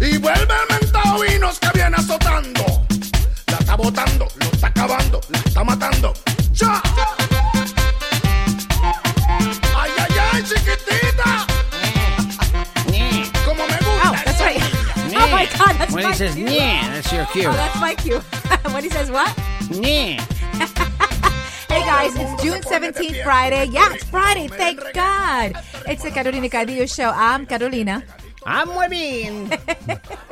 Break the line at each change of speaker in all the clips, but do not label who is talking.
Y vuelve el mentado vinos que viene azotando. La está botando, lo está acabando, la está matando. ¡Ya! ¡Ay, ay, ay, chiquitita! ¡Como me gusta!
Oh, that's
eso.
right. Oh my god, that's
When
my
he says
cue.
"yeah," that's your cue.
Oh, that's my cue. when he says what?
"Yeah."
Hey guys, it's June 17th, Friday. Yeah, it's Friday. Thank God. It's the Carolina Cadillo show. I'm Carolina.
I'm Webin.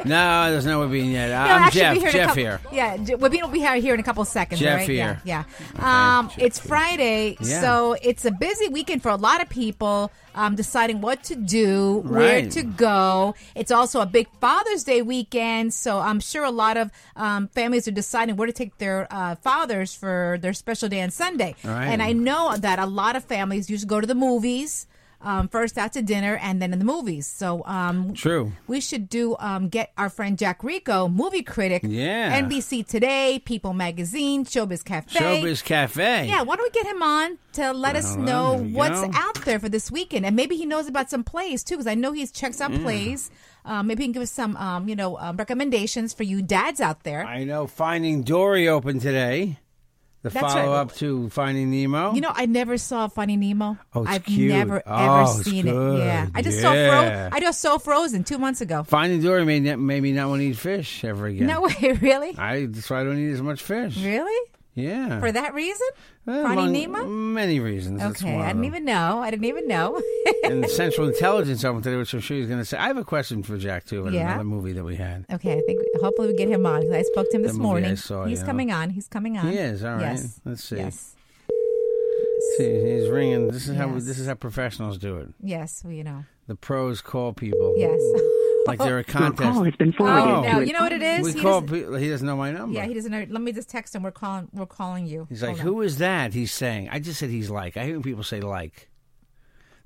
no, there's no Webin yet.
No,
Uh, I'm
actually,
Jeff.
we're in a
Jeff
couple-
here.
Yeah, J- Webin will be here here in a couple seconds.
Jeff
right?
here.
Yeah. yeah. Um, it's Friday,
Yeah.
so it's a busy weekend for a lot of people. Um, deciding what to do, where
Right.
to go. It's also a big Father's Day weekend, so I'm sure a lot of um, families are deciding where to take their uh, fathers for their special day on Sunday.
Right.
And I know that a lot of families used to go to the movies. Um, first out to dinner and then in the movies. So um,
True.
we should do um, get our friend Jack Rico, movie critic,
Yeah.
NBC Today, People Magazine, Showbiz Cafe.
Showbiz Cafe.
Yeah, why don't we get him on to let us
Well,
know
there we
what's
go.
out there for this weekend, and maybe he knows about some plays too, because I know he's checked
Mm.
out plays. Um, maybe he can give us some, um, you know, um, recommendations for you dads out there.
I know Finding Dory opened today. The
That's right.
follow up to Finding Nemo.
you know, I never saw Funny Nemo.
Oh, it's
I've
cute.
never
Oh,
ever
it's
seen it.
good.
Yeah, I just saw Frozen.
Yeah.
I just saw Frozen two months ago.
Finding Dory made, ne- made me not want to eat fish ever again.
No way, really,
I that's why I don't eat as much fish.
really.
Yeah.
For that reason,
Well,
Finding Nemo.
among Many reasons. That's
Okay,
one
I
of
didn't
them.
even know. I didn't even know.
and Central Intelligence opened today, which I'm sure he's going to say. I have a question for Jack too. In
Yeah?
another movie that we had.
okay, I think hopefully we get him on 'cause I spoke to him this
movie I
morning.
saw,
He's
yeah.
coming on. He's coming on.
He is, all right.
Yes.
Let's see.
Yes.
See, he's ringing. This is how we,
Yes.
this is how professionals do it.
Yes. Well, you know.
The pros call people.
Yes.
Like they're a contest.
Oh,
Oh.
no. You know what it is?
we
He
call
doesn't-
people. He doesn't know my number.
yeah, he doesn't know. Let me just text him. We're calling. We're calling you.
he's like,
Hold on.
who is that? He's saying. I just said he's like. I hear people say like.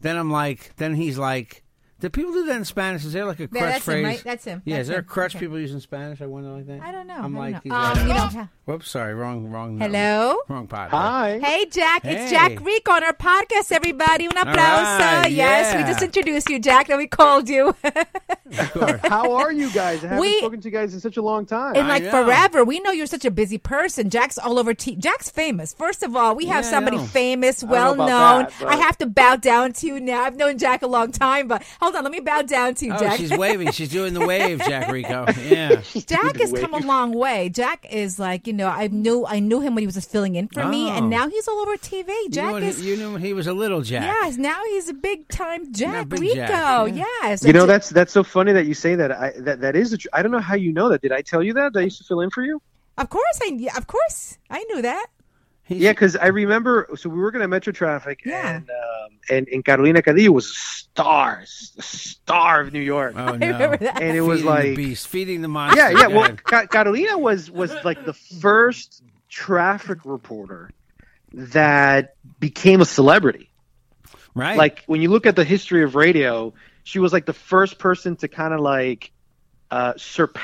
Then I'm like. Then he's like. Do people do that in Spanish? Is there like a crutch
that's him,
phrase?
right? That's him.
Yeah,
That's
is there
him.
a crutch
Okay.
people use in Spanish? I wonder like that.
I don't know.
I'm
I
like,
don't
he's
know. Um, you
like-
don't have-
Whoops, sorry, wrong, wrong. number.
Hello?
Wrong pod. Hi.
Hey, Jack. It's
Hey.
Jack Rico on our podcast, everybody. Un aplauso.
right,
yes, we
yeah.
just introduced you, Jack, and we called you.
How are you guys? I haven't
We-
spoken to you guys in such a long time.
in
I
like
know.
forever. We know you're such a busy person. Jack's all over. T- Jack's famous. First of all, we have
Yeah, I
somebody
know.
famous,
know
well
about
known.
that, but-
I have to bow down to you now. I've known Jack a long time, but hold on, let me bow down to you,
Oh,
Jack.
she's waving. She's doing the wave, Jack Rico. Yeah.
Jack has come a long way. Jack is like you know I knew I knew him when he was just filling in for me,
Oh.
and now he's all over TV.
you,
Jack
know, when he-
is
you knew when he was a little Jack.
yes, now he's a big time Jack
big
Rico.
Jack,
Yes, yeah. so
you know
J-
that's that's so funny that you say that. I that that is. The tr- I don't know how you know that. Did I tell you that? Did I used to fill in for you?
of course I of course I knew that.
Yeah, because I remember. So we were going to Metro Traffic,
Yeah.
and um, and and Carolina Cadillo was a star, s- a star of New York,
Oh,
I
no.
remember that.
and it was
Feeding the
like,
beast, feeding the monster.
yeah, yeah.
Go
Well,
ahead.
Ca- Carolina was was like the first traffic reporter that became a celebrity.
right.
like when you look at the history of radio, she was like the first person to kind of like uh,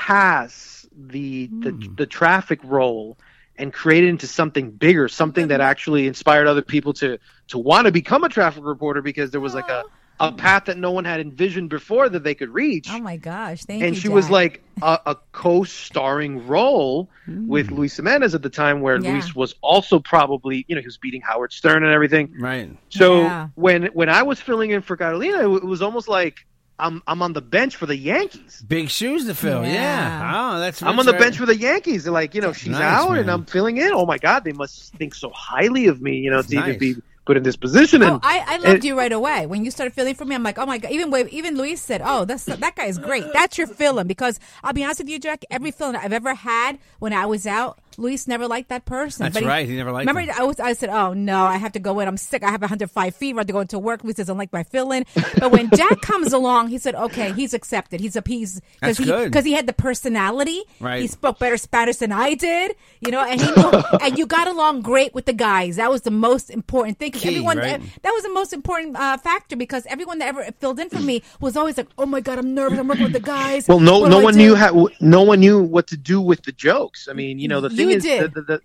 surpass the,
Hmm.
the the traffic role and create it into something bigger, something that actually inspired other people to to want to become a traffic reporter because there was like a a path that no one had envisioned before that they could reach.
Oh my gosh, thank you.
and she was
Jack.
like a, a co-starring role with Luis Jimenez at the time, where
Hmm. Yeah.
Luis was also probably, you know, he was beating Howard Stern and everything.
right.
So
Yeah.
when when I was filling in for Catalina, it w- it was almost like I'm I'm on the bench for the Yankees.
Big shoes to fill. Yeah.
Yeah.
Oh, that's.
I'm on the bench for the Yankees. They're like, you know, she's
nice,
out and
man.
I'm filling in. Oh my God, they must think so highly of me, you know, to
nice.
even be put in this position.
Oh,
and
I, I loved
and-
you right away. When you started feeling for me, I'm like, oh my god. Even wa- even Luis said, oh, that's that guy is great. That's your feeling because I'll be honest with you, Jack. Every feeling I've ever had when I was out, Luis never liked that person.
That's right, he never liked
Remember,
him.
I was I said, oh no, I have to go in. I'm sick. I have 105 fever. I have to go into work. Luis doesn't like my feeling. But when Jack comes along, he said, okay, he's accepted. He's appeased
That's
he
good.
because he had the personality.
Right.
He spoke better Spanish than I did. You know, and he knew, and you got along great with the guys. That was the most important thing. 'Cause
Key,
everyone
right?
that was the most important uh, factor because everyone that ever filled in for me was always like, "Oh my god, I'm nervous. I'm working with the guys."
Well, no,
What
no
do I
one
do?"
knew how. No one knew what to do with the jokes. I mean, you know, the thing
You
is, the-
did.
The, the-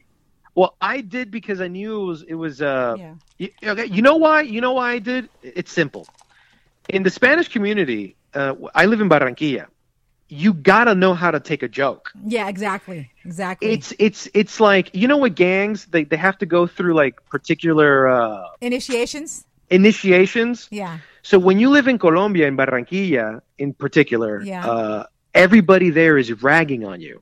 well, I did because I knew it was. It was. Uh,
Yeah.
y- okay, you know why? You know why I did? It's simple. In the Spanish community, uh, I live in Barranquilla. You gotta know how to take a joke.
Yeah, exactly, exactly.
It's it's it's like you know what gangs they they have to go through like particular uh,
Initiations.
initiations.
Yeah,
So when you live in Colombia, in Barranquilla, in particular,
Yeah.
uh, everybody there is ragging on you.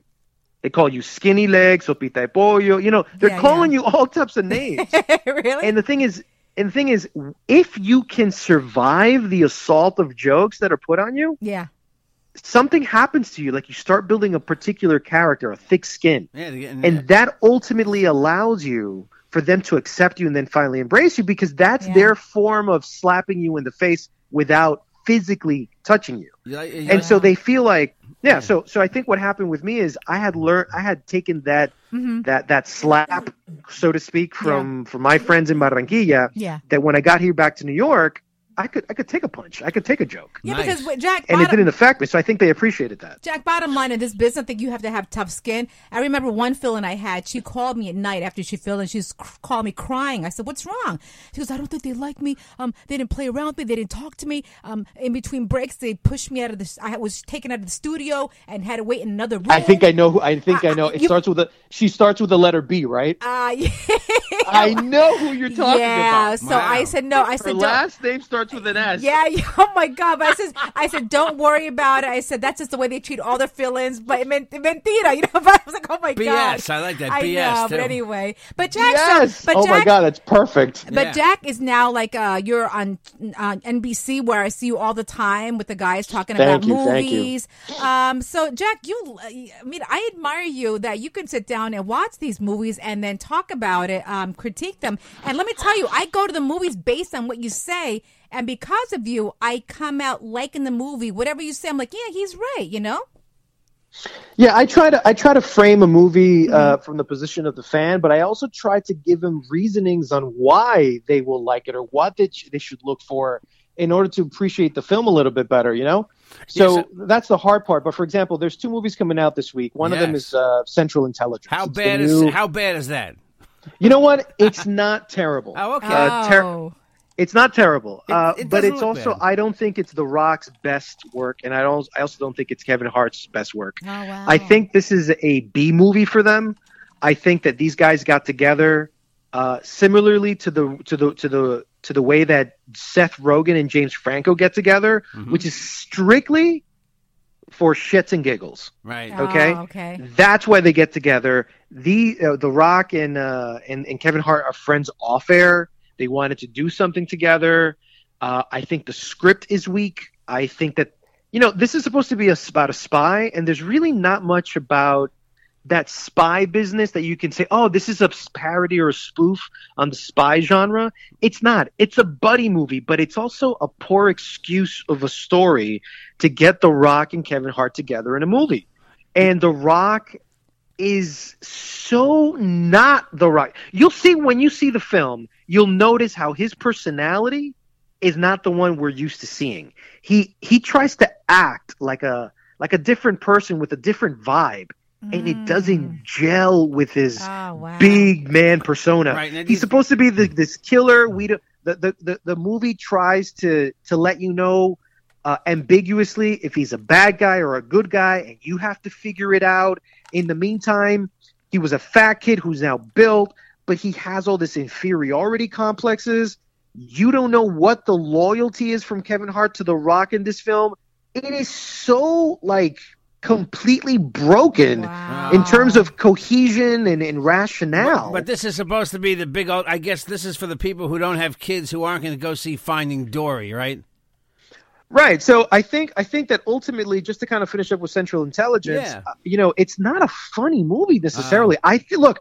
They call you skinny legs, sopita de pollo. You know, they're
Yeah,
calling you all types of names.
really.
and the thing is, and the thing is, if you can survive the assault of jokes that are put on you,
yeah,
something happens to you. Like you start building a particular character, a thick skin,
Yeah, they're getting, uh,
and that ultimately allows you for them to accept you and then finally embrace you because that's
Yeah.
their form of slapping you in the face without physically touching you
you like- you
and
like-
so they feel like yeah so so i think what happened with me is i had learned i had taken that that that slap so to speak from from my friends in barranquilla
Yeah.
that when i got here back to new york i could i could take a punch i could take a joke
yeah.
Nice.
Because what- Jack
and it
bottom,
didn't affect me so i think they appreciated that
Jack, bottom line in this business, I think you have to have tough skin. I remember one feeling I had. She called me at night after she filled, and she was cr- called me crying. I said, "What's wrong?" She goes, "I don't think they like me. Um, they didn't play around with me. They didn't talk to me. Um, in between breaks, they pushed me out of the. s- I was taken out of the studio and had to wait in another room.
I think I know who I think I know. It
Uh, You-
starts with a she starts with the letter B, right?
Uh, yeah,
I know who you're talking
yeah.
about.
So
Wow.
I said no. I said
Her
don't.
last name starts with an S.
yeah, yeah, oh my God! But I said, I said, don't worry about it. I said that's just the way they treat all their feelings. But it meant mentira, you know. But I was like, oh my
BS.
God,
I like that
I
BS
know, but
too.
anyway, but Jack, so-
Yes.
but
oh
Jack,
my god, that's perfect.
but
Yeah.
Jack is now like uh, you're on uh, NBC where I see you all the time with the guys talking
Thank
about
you, thank you.
movies. Um, so Jack, you, I mean, I admire you that you can sit down and watch these movies and then talk about it, um, critique them. And let me tell you, I go to the movies based on what you say, and because of you, I come out liking the movie. Whatever you say, I'm like, yeah, he's right. You know?
Yeah, I try to I try to frame a movie uh,
Mm-hmm.
from the position of the fan, but I also try to give them reasonings on why they will like it or what they, sh- they should look for in order to appreciate the film a little bit better. You know, so
Yes. uh,
that's the hard part. But for example, there's two movies coming out this week. One of them
Yes.
is uh, Central Intelligence.
How
It's the
bad is
new-
how bad is that?
You know what? It's not terrible.
Oh, okay.
Uh, ter-
Oh.
It's not terrible, uh,
it
but
doesn't
it's
look
also
bad.
I don't think it's The Rock's best work, and I don't. I also don't think it's Kevin Hart's best work.
Oh, wow.
I think this is a B movie for them. I think that these guys got together uh, similarly to the to the to the to the way that Seth Rogen and James Franco get together,
Mm-hmm.
which is strictly for shits and giggles.
Right.
Oh,
okay?
okay.
That's why they get together. The uh, The Rock and, uh, and and Kevin Hart are friends off air. They wanted to do something together. Uh, I think the script is weak. I think that you know this is supposed to be a, about a spy, and there's really not much about that spy business that you can say, oh, this is a s- parody or a spoof on the spy genre. It's not. It's a buddy movie, but it's also a poor excuse of a story to get The Rock and Kevin Hart together in a movie and The Rock is so not The Rock. You'll see when you see the film, you'll notice how his personality is not the one we're used to seeing. He he tries to act like a like a different person with a different vibe, and it doesn't gel with his
Mm. Oh, wow.
big man persona.
Right, and
He's
he's-
supposed to be the, this killer. We do, the, the the the movie tries to to let you know uh, ambiguously if he's a bad guy or a good guy, and you have to figure it out. In the meantime, he was a fat kid who's now built, but he has all this inferiority complexes. you don't know what the loyalty is from Kevin Hart to The Rock in this film. It is so like completely broken
Wow.
in terms of cohesion and, and rationale.
uh, But this is supposed to be the big old. I guess this is for the people who don't have kids who aren't going to go see Finding Dory, right?
Right. So I think I think that ultimately, just to kind of finish up with Central Intelligence,
Yeah.
uh, you know, it's not a funny movie necessarily.
Uh-huh.
I th- look,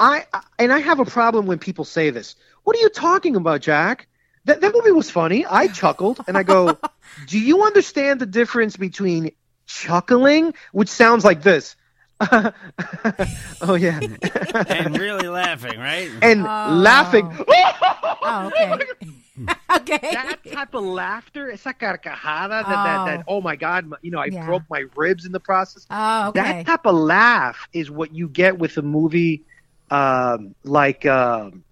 I, I and I have a problem when people say this. What are you talking about, Jack? That that movie was funny. I chuckled, and I go, "Do you understand the difference between chuckling, which sounds like this?" oh yeah,
And really laughing, right?
and laughing.
Oh, okay. okay.
that type of laughter, esa carcajada, that, that, that, oh my God, my- you know, I
Yeah.
broke my ribs in the process.
Oh, okay.
That type of laugh is what you get with a movie um, like, um,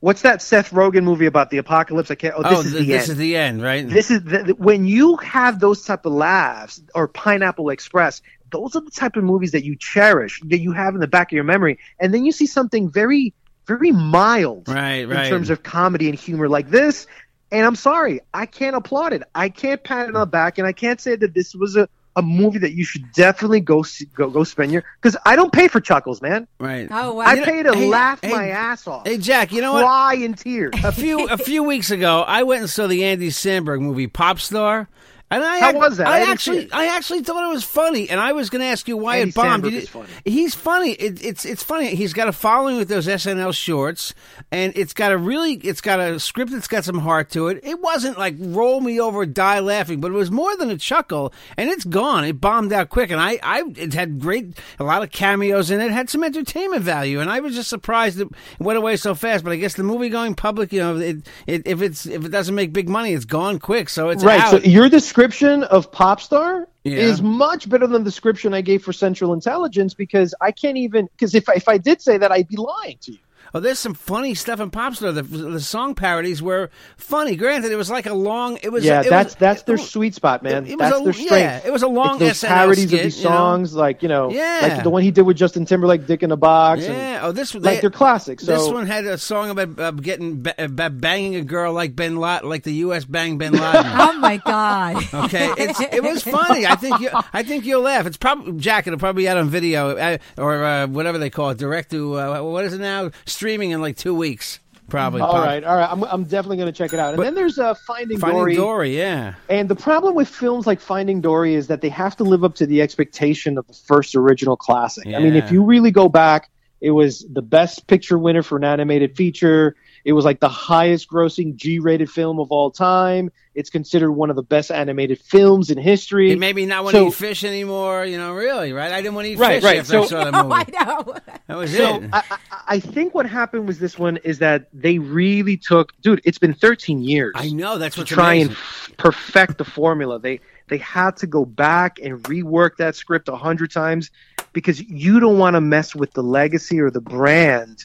what's that Seth Rogen movie about the apocalypse? I can't, oh, this
oh,
is
th-
the
this
end.
is the end, right?
this is the, the- when you have those type of laughs or Pineapple Express. Those are the type of movies that you cherish, that you have in the back of your memory, and then you see something very, very mild,
right, right.
in terms of comedy and humor like this. And I'm sorry, I can't applaud it. I can't pat it on the back, and I can't say that this was a, a movie that you should definitely go see, go go spend your because I don't pay for chuckles, man.
right.
oh, wow.
I
know-
pay to
hey,
laugh
hey,
my ass off,
Hey, Jack, you know what?
cry in tears.
A few a few weeks ago, I went and saw the Andy Sandberg movie Pop Star. And I
How
ac-
was that? I
I,
didn't see
actually,
it.
I actually thought it was funny, and I was going to ask you why
Andy
it bombed.
Samberg
You
is
did-
funny.
He's funny. It, it's it's funny. He's got a following with those SNL shorts, and it's got a really, it's got a script that's got some heart to it. It wasn't like roll me over, die laughing, but it was more than a chuckle, and it's gone. It bombed out quick, and I, I, it had great, a lot of cameos in it, had some entertainment value, and I was just surprised it went away so fast. But I guess the movie going public, you know, it, it, if it's if it doesn't make big money, it's gone quick. So it's
right.
Out.
So your description of Popstar
Yeah.
is much better than the description I gave for Central Intelligence because I can't even because if I- if I did say that, I'd be lying to you.
Oh, there's some funny stuff in Popstar. The, the song parodies were funny. Granted, it was like a long. It was.
yeah,
it was,
that's
Oh,
that's their
it-
sweet spot, man.
it- it was
that's
a-
their
yeah,
strength.
it was a long
It's those
SNL
parodies
skit,
of these
you know?
songs, like you know,
Yeah.
like the one he did with Justin Timberlake, "Dick in a Box." and-
Yeah. Oh, this
like
they-
they're classics. So
This one had a song about uh, getting ba- about banging a girl like Bin Laden, like the U.S. bang Bin Laden.
oh, my God.
Okay, it's, it was funny. I think you, I think you'll laugh. It's probably Jack. It'll probably be out on video uh, or uh, whatever they call it, direct to uh, what is it now? Streaming in like two weeks, probably.
all
Pop-
right, all right. I'm, I'm definitely going to check it out. And then there's uh, Finding,
Finding
Dory.
Dory, yeah.
And the problem with films like Finding Dory is that they have to live up to the expectation of the first original classic. I mean,
Yeah.
if you really go back, it was the best picture winner for an animated feature. It was like the highest grossing G rated film of all time. It's considered one of the best animated films in history.
It made me not want to
So-
eat fish anymore. You know, really, right? I didn't want to eat
Right,
fish
right,
after I
so-
saw that
Oh, I
movie.
know.
That was
So
it.
I, I, I think what happened was this one is that they really took, dude. It's been 13 years.
I know that's
to
what's
try
amazing.
and f- perfect the formula. They they had to go back and rework that script a hundred times because you don't want to mess with the legacy or the brand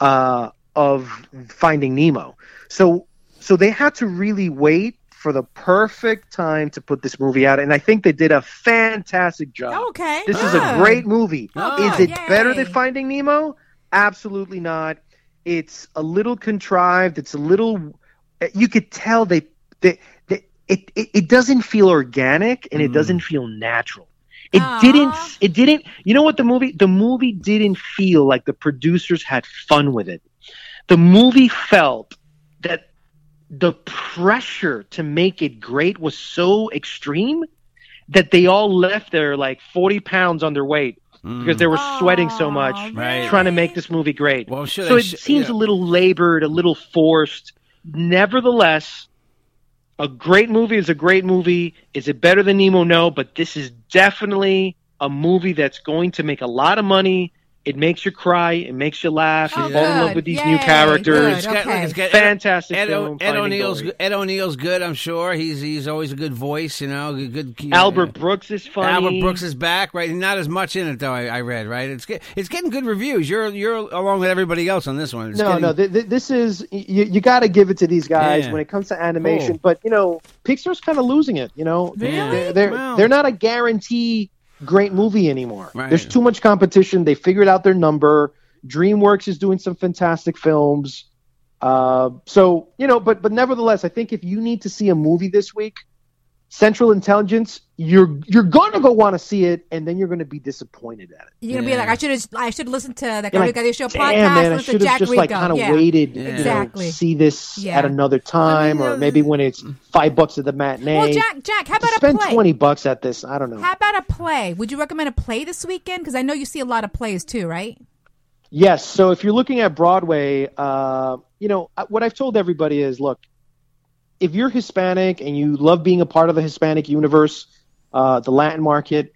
uh, of Finding Nemo. So so they had to really wait for the perfect time to put this movie out, and I think they did a fantastic job.
Okay.
This is a
good.
great movie.
Oh,
is it
yay.
better than Finding Nemo? Absolutely not. It's a little contrived. It's a little. You could tell they they, they it, it it doesn't feel organic and it doesn't feel natural. It
Aw.
didn't. It didn't. You know what the movie? The movie didn't feel like the producers had fun with it. The movie felt that the pressure to make it great was so extreme that they all left there like 40 pounds underweight
Mm.
because they were sweating so much
Right.
trying to make this movie great.
Well, I'm sure
so
they
it
sh-
seems
yeah.
a little labored, a little forced. Nevertheless, a great movie is a great movie. Is it better than Nemo? No, but this is definitely a movie that's going to make a lot of money. It makes you cry. It makes you laugh. You
Oh,
fall in love
good.
with these new
Yay.
characters.
Good. Okay.
it's got Ed,
Fantastic
Ed,
film.
Ed
Finding
O'Neill's
Dory.
Ed O'Neill's good. I'm sure he's he's always a good voice. You know, good. good
Albert Brooks is funny.
Albert Brooks is back, right? Not as much in it though. I, I read, right? It's get, it's getting good reviews. You're you're along with everybody else on this one. It's
no,
getting-
no. Th- th- this is you. You got to give it to these guys
Yeah. Oh.
when it comes to animation.
Cool.
But you know, Pixar's kind of losing it. You know,
Really?
they're they're,
Wow.
they're not a guarantee great movie anymore.
Right.
There's too much competition. They figured out their number. DreamWorks is doing some fantastic films. Uh, so you know, but but nevertheless, I think if you need to see a movie this week, Central Intelligence, you're you're gonna go want to see it, and then you're gonna be disappointed at it.
You're gonna be like, I should have, I should listen to that
You're
Cardio
like,
Guy Show
Damn,
podcast.
man, I
listen
should
to
have
Jack
just
Rico.
like kind of
yeah.
waited, you know,
Exactly.
see this
Yeah.
at another time, or maybe when it's five bucks at the matinee.
Well, Jack, Jack, how about
spend
a play?
twenty bucks at this. I don't know.
How about a play? Would you recommend a play this weekend? Because I know you see a lot of plays too, right?
Yes. So if you're looking at Broadway, uh, you know I- what I've told everybody is: look, if you're Hispanic and you love being a part of the Hispanic universe, uh, the Latin market,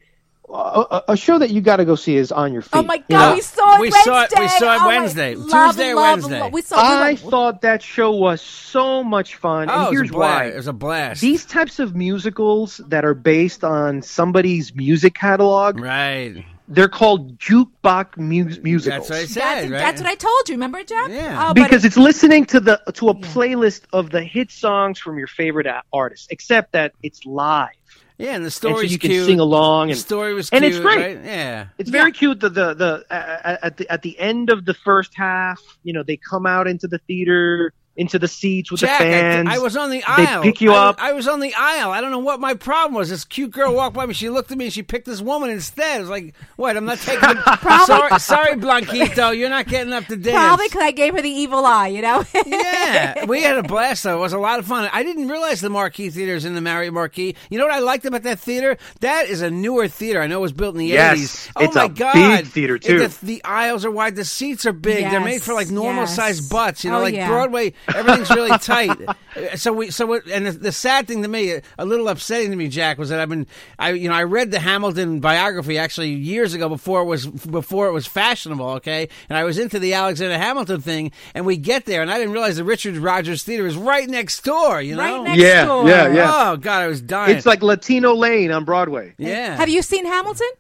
a- a, a show that you got to go see is On Your Feet.
Oh my
You
God,
know,
we saw it
We
Wednesday.
saw it- we saw it
Oh my-
Wednesday.
love,
Tuesday or
love,
Wednesday.
love. We saw. we
I
like-
thought that show was so much fun,
Oh,
and
it was
here's
a blast.
why:
It was a blast.
these types of musicals that are based on somebody's music catalog,
right.
they're called jukebox mus- musicals.
That's what I said.
that's,
right?
that's what I told you. Remember, Jack?
Yeah.
Oh, but
because it's listening to the to a playlist of the hit songs from your favorite a- artists, except that it's live,
yeah, and the
and so
story's
you can
cute.
sing along.
The
And
story was cute.
and it's great.
Right? Yeah.
it's very cute. The the, the uh, at the at the end of the first half, you know, they come out into the theater, into the seats with
Jack,
the
I-
fans.
I, was on the aisle.
pick you
I,
up.
I was on the aisle. I don't know what my problem was. This cute girl walked by me. She looked at me and she picked this woman instead. I was like, what? I'm not taking the sorry, sorry, Blanquito. You're not getting up to dance.
probably because I gave her the evil eye. You know.
Oh, yeah, we had a blast though. It was a lot of fun. I didn't realize the Marquee Theater is in the Marriott Marquis. You know what I liked about that theater? That is a newer theater. I know it was built in the
Yes,
80s. Oh
it's
my
a
god.
big theater,
It-
too.
the, the aisles are wide, the seats are big. They're made for like
Yes,
normal
yes.
sized butts, you know,
Oh,
like
yeah.
Broadway, everything's really tight. Uh, So we so we, and the, the sad thing to me, a little upsetting to me, Jack, was that I've been I you know, I read the Hamilton biography actually years ago before it was before it was fashionable, okay? And I was into the Alexander Hamilton thing and we get there and I didn't realize the Richard Rogers Theater is right next door, you know?
right next
Yeah,
door.
yeah, yeah.
Oh god, I was dying.
it's like Latino Lane on Broadway.
yeah.
Have you seen Hamilton?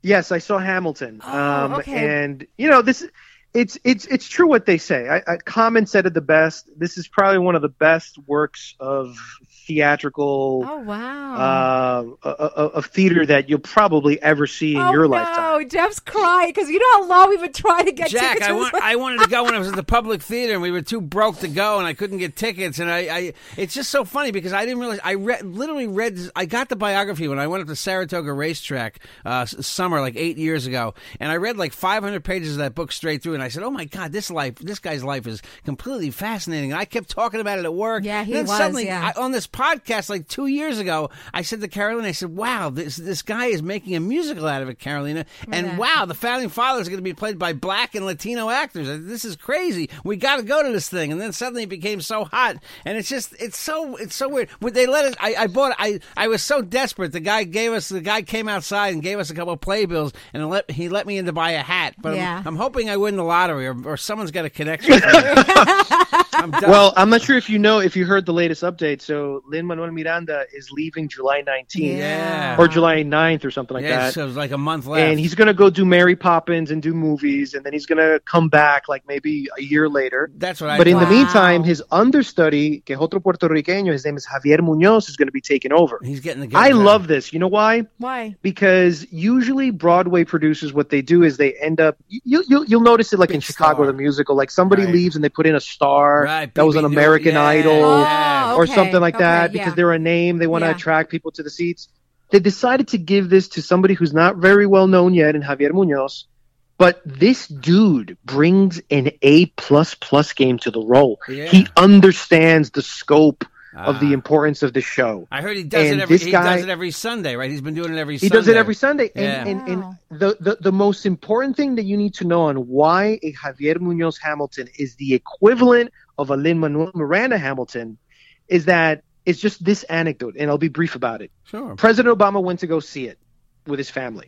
Yes, I saw Hamilton. um,
Oh, okay.
And you know this, it's it's it's true what they say. I, I, Common said it the best. This is probably one of the best works of theatrical
Oh wow.
uh, of theater that you'll probably ever see in
oh,
your
no.
lifetime.
Jeff's crying because you know how long we've been trying to get
Jack,
tickets.
I,
for
want,
this-
I wanted to go when I was at the public theater, and we were too broke to go, and I couldn't get tickets. And I, I it's just so funny because I didn't realize I read, literally read, this- I got the biography when I went up to Saratoga Racetrack uh, s- summer like eight years ago, and I read like 500 pages of that book straight through, and I said, "Oh my god, this life, this guy's life is completely fascinating." And I kept talking about it at work.
Yeah, he
and then
was,
Suddenly,
yeah.
I- I- on this podcast like two years ago, I said to Carolina, I said, "Wow, this this guy is making a musical out of it, Carolina, and wow, the founding fathers are going to be played by black and Latino actors. This is crazy. We got to go to this thing." And then suddenly it became so hot, and it's just it's so it's so weird. Would they let us? I, I bought I I was so desperate. The guy gave us the guy came outside and gave us a couple of playbills, and let he let me in to buy a hat. But I'm-
Yeah.
I'm, hoping I win the lottery, or, or someone's got a connection. for me. I'm done.
Well, I'm not sure if you know if you heard the latest update. So Lin Manuel Miranda is leaving July 19th
Yeah.
or July 9th or something like
yeah,
that.
so it was like a month left.
and he's going to go do Mary Poppins and do movies, and then he's going to come back like maybe a year later.
That's what I.
But in
thought.
the
Wow.
meantime, his understudy, que es otro puertorriqueño, his name is Javier Muñoz, is going to be taking over.
He's getting the. Good
I
job.
love this. You know why?
Why?
because usually Broadway producers what they do is they end up you you you'll notice it like in
Big
Chicago
star.
the musical like somebody
Right.
leaves and they put in a star
Right,
that was
BB
an
Newton,
American
yeah.
Idol
Oh,
or
okay,
something like
okay,
that
yeah.
because they're a name they want to
Yeah.
attract people to the seats. They decided to give this to somebody who's not very well known yet in Javier Munoz, but this dude brings an A plus plus game to the role.
Yeah.
He understands the scope of
Ah.
the importance of the show.
I heard he does
And
it every.
this
He
guy-
does it every Sunday, right? He's been doing it every.
He
Sunday.
does it every Sunday.
Yeah.
And, and,
Wow.
and the, the, the most important thing that you need to know on why a Javier Munoz Hamilton is the equivalent of a Lin Manuel Miranda Hamilton is that it's just this anecdote, and I'll be brief about it.
Sure.
President Obama went to go see it with his family.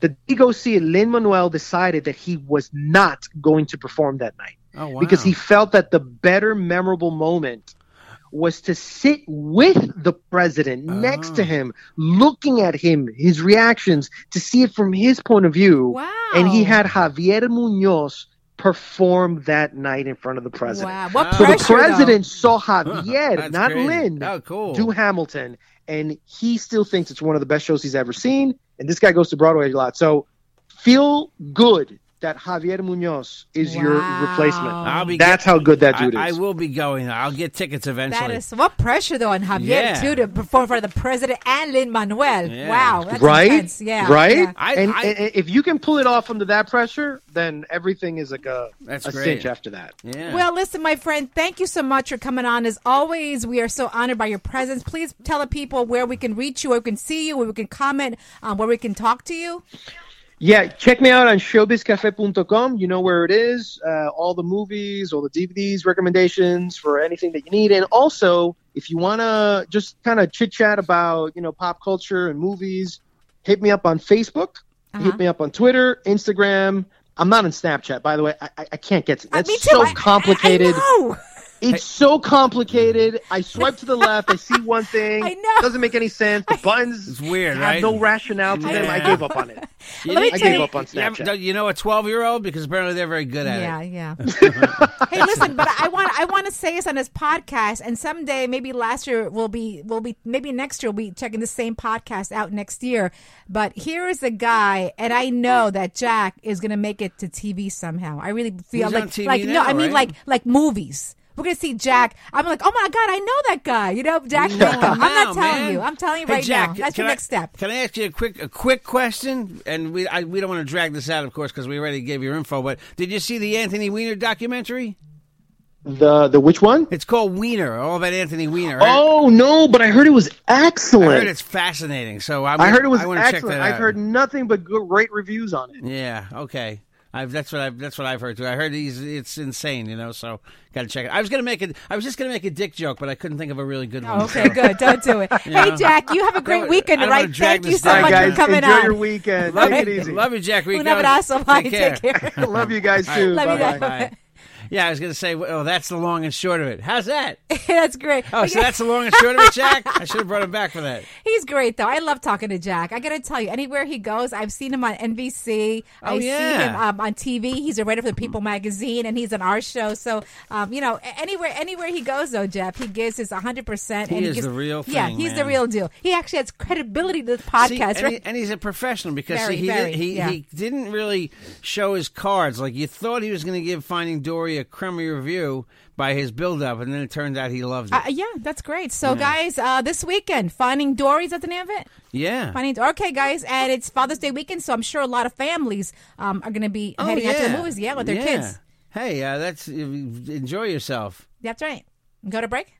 The day he go see it, Lin Manuel decided that he was not going to perform that night
Oh wow.
because he felt that the better memorable moment was to sit with the president next to him, looking at him, his reactions, to see it from his point of view.
Wow.
And he had Javier Munoz perform that night in front of the president.
Wow. What
So
So
pressure?
the
though.
president saw
That's
Javier, not
crazy.
Lynn,
Oh, cool.
do Hamilton, and he still thinks it's one of the best shows he's ever seen. And this guy goes to Broadway a lot. So feel good that Javier Munoz is your
Wow.
replacement.
I'll be
That's how good that
I,
dude
I
is.
will be going. I'll get tickets eventually.
That is what pressure though on Javier
Yeah.
too to perform for the president and Lin Manuel.
Yeah.
Wow, that's
right?
intense. Yeah,
Right?
yeah.
I-
and,
I-
and if you can pull it off under that pressure, then everything is like a,
That's
a
great.
cinch after that.
yeah.
Well, listen, my friend, thank you so much for coming on. As always, we are so honored by your presence. Please tell the people where we can reach you, where we can see you, where we can comment, um, where we can talk to you.
Yeah, check me out on showbizcafe.com. You know where it is. Uh, all the movies, all the DVDs, recommendations for anything that you need. And also, if you want to just kind of chit chat about, you know, pop culture and movies, hit me up on Facebook,
Uh-huh.
hit me up on Twitter, Instagram. I'm not on Snapchat, by the way. I, I- I can't get to
Uh,
That's
me too.
so
I- I- I
complicated.
know.
It's so complicated. I swipe to the left. I see one thing.
I know.
Doesn't make any sense. The buttons it's
weird,
have
right?
no rationale to them. I
Yeah.
gave up on it.
Let me
I
tell
gave
you-
up on
You, ever-
Snapchat.
you know a twelve-year-old because apparently they're very good at
Yeah,
it.
yeah. hey, listen, but I want I want to say this on this podcast, and someday, maybe last year we'll be we'll be maybe next year we'll be checking the same podcast out next year. But here is a guy, and I know that Jack is going to make it to TV somehow. I really feel
He's
like
on TV
like no,
now,
I mean
right?
like like movies. We're gonna see Jack. I'm like, oh my god, I know that guy. You know, Jack
No,
Nickham. I'm not
no,
telling
man.
you. I'm telling you
Hey,
right
Jack,
now. That's
can
your
I-
next step.
Can I ask you a quick a quick question? And we I, we don't want to drag this out, of course, because we already gave your info. But did you see the Anthony Weiner documentary?
The the which one?
It's called Weiner, all about Anthony Weiner.
Oh no, but I heard it was
I
excellent.
heard it's fascinating. So I'm,
Oh. I heard it was
want to check
excellent.
that
I've
out.
heard nothing but good, great reviews on it.
Yeah. Okay. I've, that's what I've that's what I've heard too. I heard he's it's insane, you know. So gotta check it. I was gonna make it. I was just gonna make a dick joke, but I couldn't think of a really good one.
Oh, okay, good. Don't do it. Hey, Jack, you have a great
Don't-
weekend,
I don't wanna
right?
drag
Thank you
this
so
down.
All
much
right,
for
guys,
coming
enjoy
on.
your weekend.
Love
Take it
you-
easy.
Love you, Jack. We
Un
go.
abrazo. Bye. Take care.
Love you guys too.
Love you
Bye-bye.
guys.
Bye. Yeah, I was gonna say. Oh, that's the long and short of it. How's that?
That's great.
Oh, so that's the long and short of it, Jack. I should have brought him back for that.
He's great though. I love talking to Jack. I gotta tell you, anywhere he goes, I've seen him on NBC. I see
Oh, yeah.
him um, on TV. He's a writer for the People magazine, and he's on our show. So, um, you know, a- anywhere anywhere he goes though, Jeff, he gives his hundred percent.
He
and
is
gives,
the real
Yeah,
thing,
he's the
man.
real deal. He actually has credibility to this podcast. right?
See, and, he, and he's a professional because
Very,
see, he,
very,
did, he,
yeah.
he didn't really show his cards. Like you thought he was going to give Finding Dory a crummy review by his build-up, and then it turned out he loved it.
Uh, yeah, that's great. So, guys, uh, this weekend, Finding Dory, is that the name of it?
yeah.
Finding Dory. Okay, guys, and it's Father's Day weekend, so I'm sure a lot of families um, are going to be
Oh,
heading out to the
yeah.
movies, yeah, with their
Yeah.
kids.
Hey, uh, that's enjoy yourself.
That's right. Go to break?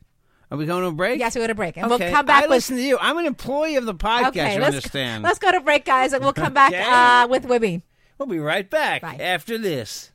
Are we going to a break?
Yes, we go to break. And
Okay.
we'll come back
I
with.
listen to you. I'm an employee of the podcast.
okay,
you
let's,
understand?
let's go to break, guys, and we'll come back
Okay.
uh, with Wibby.
We'll be right back
Bye.
after this.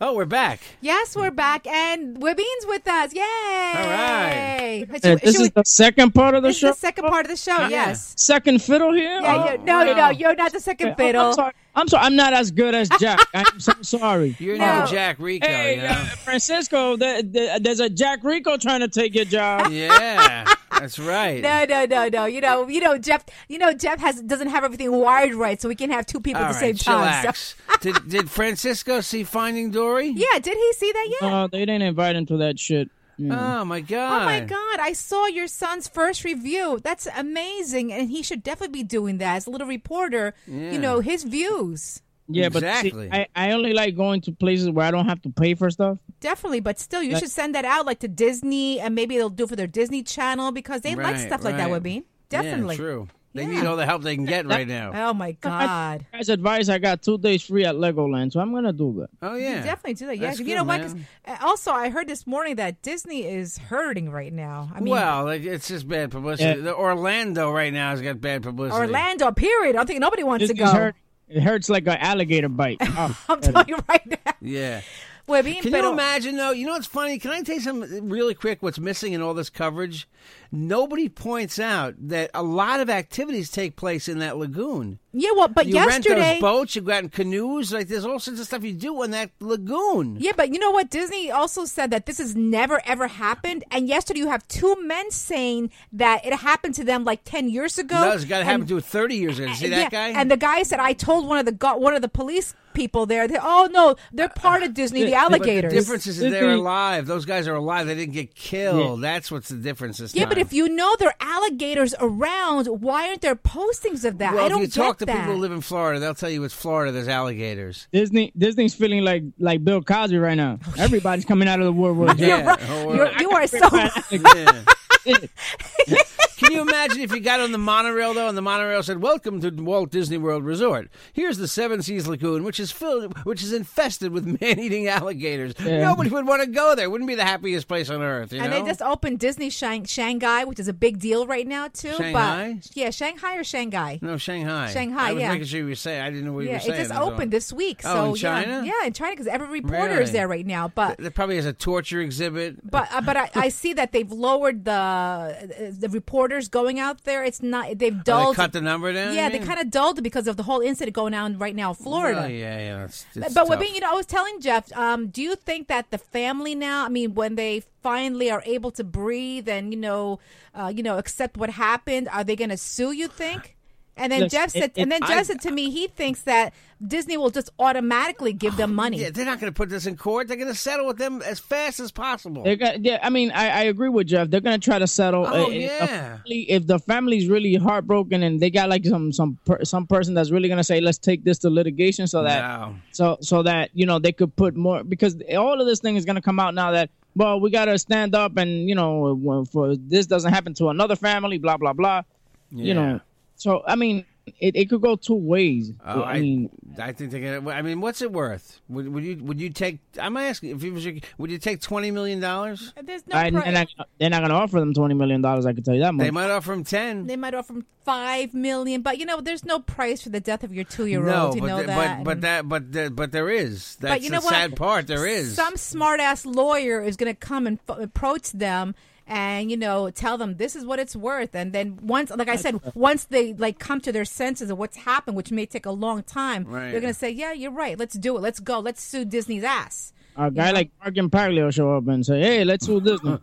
Oh, we're back.
Yes, we're back, and Wibby's with us. Yay!
right.
Should-
Uh, this
should
is
we-
the second part of the
this is
show.
the second part of the show, yes.
Second fiddle here.
Yeah,
Oh,
you- no, no, no,
wow.
you're not the second
I'm-
fiddle.
I'm sorry. I'm sorry. I'm not as good as Jack. I'm so sorry.
You're
No.
no Jack Rico.
Hey,
you
uh,
know?
Francisco, there, there- there's a Jack Rico trying to take your job.
yeah, that's right.
No, no, no, no. You know, you know, Jeff. You know, Jeff has doesn't have everything wired right, so we can't have two people
All
at the
right,
same time. So.
chillax. did, did Francisco see Finding Dory?
Yeah, did he see that yet?
Uh, they didn't invite him to that shit.
Oh my god.
Oh my God! I saw your son's first review. That's amazing, and he should definitely be doing that as a little reporter. You know his views
Yeah,
Exactly.
but see, I, I only like going to places where I don't have to pay for stuff.
definitely, but still, you should send that out like to Disney, and maybe they'll do it for their Disney channel because they like
Right,
stuff like that.
right.
Would be
Yeah,
definitely
true. They
Yeah.
need all the help they can get right now.
Oh my God!
Guys, advice: I got two days free at Legoland, so I'm gonna do that.
Oh yeah.
Definitely do that. Yeah,
That's
'cause you
good,
know what?
man.
'Cause, uh, Also, I heard this morning that Disney is hurting right now. I mean,
well, like, it's just bad publicity.
Yeah.
The Orlando right now has got bad publicity.
Orlando, period. I don't think nobody wants
This
to
is
go.
hurt. It hurts like an alligator bite. Oh,
I'm telling you right now.
Yeah.
We're being
Can
pero-
you imagine though? You know what's funny? Can I tell you something really quick? What's missing in all this coverage? Nobody points out that a lot of activities take place in that lagoon.
Yeah, well, but
You rent
yesterday.
those boats. You go out in canoes. Like there's all sorts of stuff you do in that lagoon.
yeah, but you know what? Disney also said that this has never ever happened. And yesterday, you have two men saying that it happened to them like ten years ago.
No, it's got to
And-
happen to it 30 years ago. Did you see
yeah,
that guy?
And the guy said, "I told one of the go- one of the police people there that oh no, they're part of Disney, the
But
alligators."
The difference is that
Did
they're
they-
alive. Those guys are alive. They didn't get killed. That's what's the difference. This
yeah, but
time.
if you know there are alligators around, why aren't there postings of that?
well,
I don't
if you
get
talk to
that.
people who live in Florida. They'll tell you it's Florida. There's alligators.
Disney Disney's feeling like like Bill Cosby right now. Everybody's coming out of the woodwork.
Yeah.
You're right.
Oh,
You're,
wow.
Oh, you are so.
Yeah. Can you imagine if you got on the monorail though, and the monorail said, "Welcome to Walt Disney World Resort. Here's the Seven Seas Lagoon, which is filled, which is infested with man-eating alligators. Nobody would want to go there. It wouldn't be the happiest place on earth, you
And
know?
they just opened Disney Shang- Shanghai, which is a big deal right now too.
Shanghai?
But yeah, Shanghai or Shanghai.
no, Shanghai.
Shanghai,
I was
yeah.
making sure you were saying. I didn't know what you
yeah,
were
it
saying.
just
that's all.
opened this week.
Oh,
so
in China?
yeah, yeah, in China because every reporter
Really?
is there right now. But
It probably has a torture exhibit.
but uh, but I, I see that they've lowered the uh, the reporters going out there. It's not they've
Oh,
dulled.
they cut the number down.
yeah, they kind of dulled it because of the whole incident going on right now in Florida.
Oh, yeah, yeah. It's, it's
But
tough.
what being, you know, I was telling Jeff, um, do you think that the family now? I mean, when they finally are able to breathe and you know, uh, you know, accept what happened, are they going to sue? You think? And then
Look,
Jeff said,
it-
and then
it-
Jeff
I-
said to me, he thinks that Disney will just automatically give them money.
Yeah, they're not going to put this in court. They're going to settle with them as fast as possible.
They're gonna, yeah, I mean, I, I agree with Jeff. They're gonna try to settle.
Oh,
Uh, if-
yeah.
if the family's really heartbroken and they got like some some per, some person that's really gonna say, let's take this to litigation, so that
Wow.
so so that you know they could put more because all of this thing is gonna come out now that well we gotta stand up and you know when- for this doesn't happen to another family, blah blah blah. You
Yeah.
know, so I mean, it, it could go two ways.
Oh,
I mean,
I think they're gonna. I mean, what's it worth? Would, would you would you take? I'm asking if you was your, would you take twenty million dollars?
There's no.
I,
pri-
and I, they're not gonna offer them twenty million dollars. I can tell you that much.
They might offer him ten.
they might offer 'em five million, but you know, there's no price for the death of your two-year-old.
No,
you
but,
know
the-
that.
but but that but the, but there is. That's
you know
the
what?
sad part. There is.
some smart ass lawyer is going to come and f- approach them and you know tell them this is what it's worth and then once like i said once they like come to their senses of what's happened which may take a long time
Right.
they're going to say yeah you're right let's do it let's go let's sue disney's ass
A guy like Mark Impaglio will show up and say, "Hey, let's do this." now."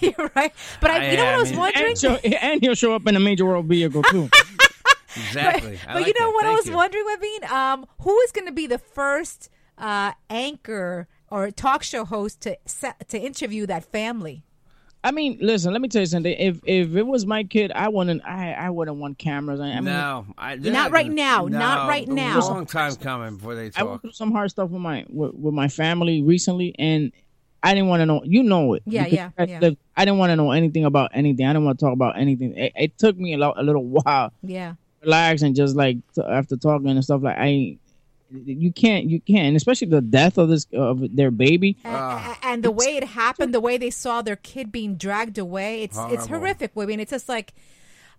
you're right but i, you know what i was
I mean-
wondering
and, show, and he'll show up in a major world vehicle too.
exactly. I
but
like
you know
that.
what I
Thank
was
you.
wondering, Levine? Um, who is going to be the first uh, anchor or talk show host to se- to interview that family?
I mean, listen, let me tell you something. If if it was my kid, I wouldn't. I I wouldn't want cameras. I, I mean,
No, I, they're
Not right
gonna-
now, not
no,
right
a
now.
Long time coming before they
I went
talk.
through some hard stuff with my with, with my family recently, and I didn't want to know. You know it.
Yeah,
Because
yeah,
I,
yeah.
lived- I didn't want to know anything about anything. I didn't want to talk about anything. It, it took me a, lo- a little while to
Yeah.
relax and just like t- after talking and stuff. Like I, you can't, you can't, and especially the death of this of their baby.
A-
Ah.
a- and the way it happened, the way they saw their kid being dragged away, it's it's
Horrible.
horrific. I mean, it's just like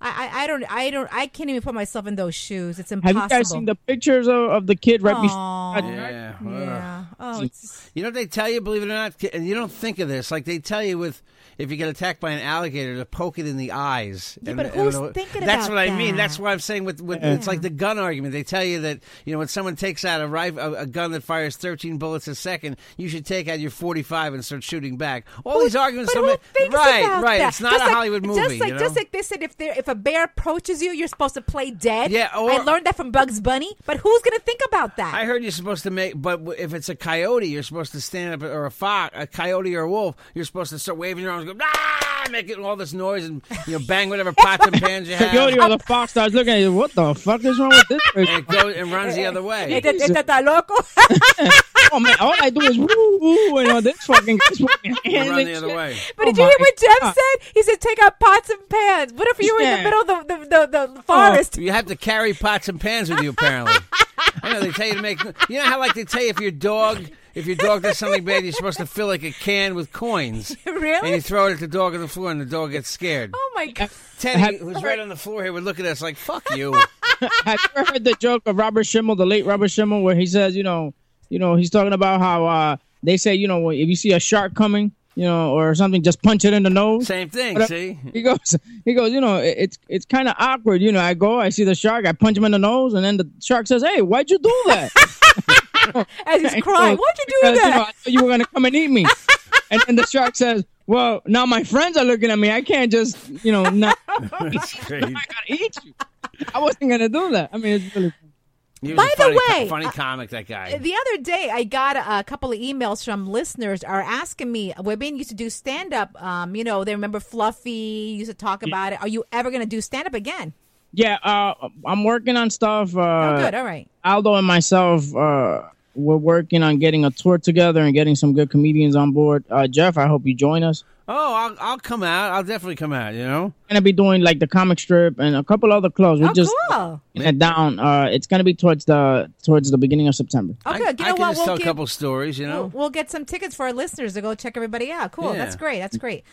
I, I, I don't I don't I can't even put myself in those shoes. It's
Have
impossible.
you guys seen the pictures of, of the kid right
Aw.
before?
Yeah. ugh.
yeah. Oh, it's,
You know what they tell you, believe it or not, ki- and you don't think of this. Like they tell you with if you get attacked by an alligator to poke it in the eyes.
Yeah,
And-
but
and
who's
it'll-
thinking
That's
about
what I mean.
that?
That's what I'm saying with, with it's like the gun argument. They tell you that you know when someone takes out a rifle, a, a gun that fires 13 bullets a second, you should take out your 45 and start shooting back. All
Who-
these arguments,
but
don't
who
make-
thinks
right,
about
right.
that?
It's not
Just
a
like-
Hollywood movie.
Just like
you know?
just like they said, if there if a bear approaches you, you're supposed to play dead.
Yeah, or-
I learned that from Bugs Bunny. But who's gonna think about that?
I heard you're supposed to make, but w- if it's a coyote, you're supposed to stand up, or a fox, a coyote or a wolf, you're supposed to start waving your arms, go, ah, making all this noise, and you know, bang whatever pots and pans you have,
Coyote or the fox starts looking at you. What the fuck is wrong with this?
and
person?"
it goes and runs the other way.
Este- este está loco.
oh man, all I do is woo woo and all this fucking. This fucking
And run the other way.
But
Oh
did you
my
hear what Jeff
God.
said? He said, "Take out pots and pans." What if you were in the
Yeah.
middle of the the, the, the forest?
You have to carry pots and pans with you, apparently. I know they tell you to make. You know how like they tell you if your dog, if your dog does something bad, you're supposed to fill like a can with coins,
Oh.
Really?
and you throw it at the dog on the floor, and the dog gets scared.
Oh my god!
Teddy, who's right on the floor here, would look at us like, "Fuck you."
Have you ever heard the joke of Robert Schimmel, the late Robert Schimmel, where he says, you know, you know, he's talking about how uh, they say, you know, if you see a shark coming, you know, or something, just punch it in the nose.
Same thing.
But, uh,
see,
He goes, he goes, you know, it- it's it's kind of awkward, you know. I go, I see the shark, I punch him in the nose, and then the shark says, "Hey, why'd you do that?"
As he's crying, why'd you do
Because, You, know,
that?
I thought you were gonna come and eat me. and then the shark says, "Well, now my friends are looking at me. I can't just, you know, not. I
Great.
gotta eat you. I wasn't gonna do that. I mean, it's really."
He was
By
a
the
funny, co-
way, uh,
funny comic that guy.
The other day, I got a, a couple of emails from listeners are asking me. Women used to do stand up. Um, you know, they remember Fluffy used to talk about it. Are you ever going to do stand up again?
Yeah, uh, I'm working on stuff. Uh,
oh, good. All right.
Aldo and myself uh, we're working on getting a tour together and getting some good comedians on board. Uh, Jeff, I hope you join us.
Oh, I'll, I'll come out. I'll definitely come out. You know.
We're gonna be doing like the comic strip and a couple other clubs. We're
Oh,
just
cool.
getting it down. Uh, it's gonna be towards the towards the beginning of September.
Oh,
I,
good. You
I
know
can
what?
just
We'll
tell
give-
a couple stories. You
We'll-
know.
We'll get some tickets for our listeners to go check everybody out. Cool. That's
Yeah.
great. That's great.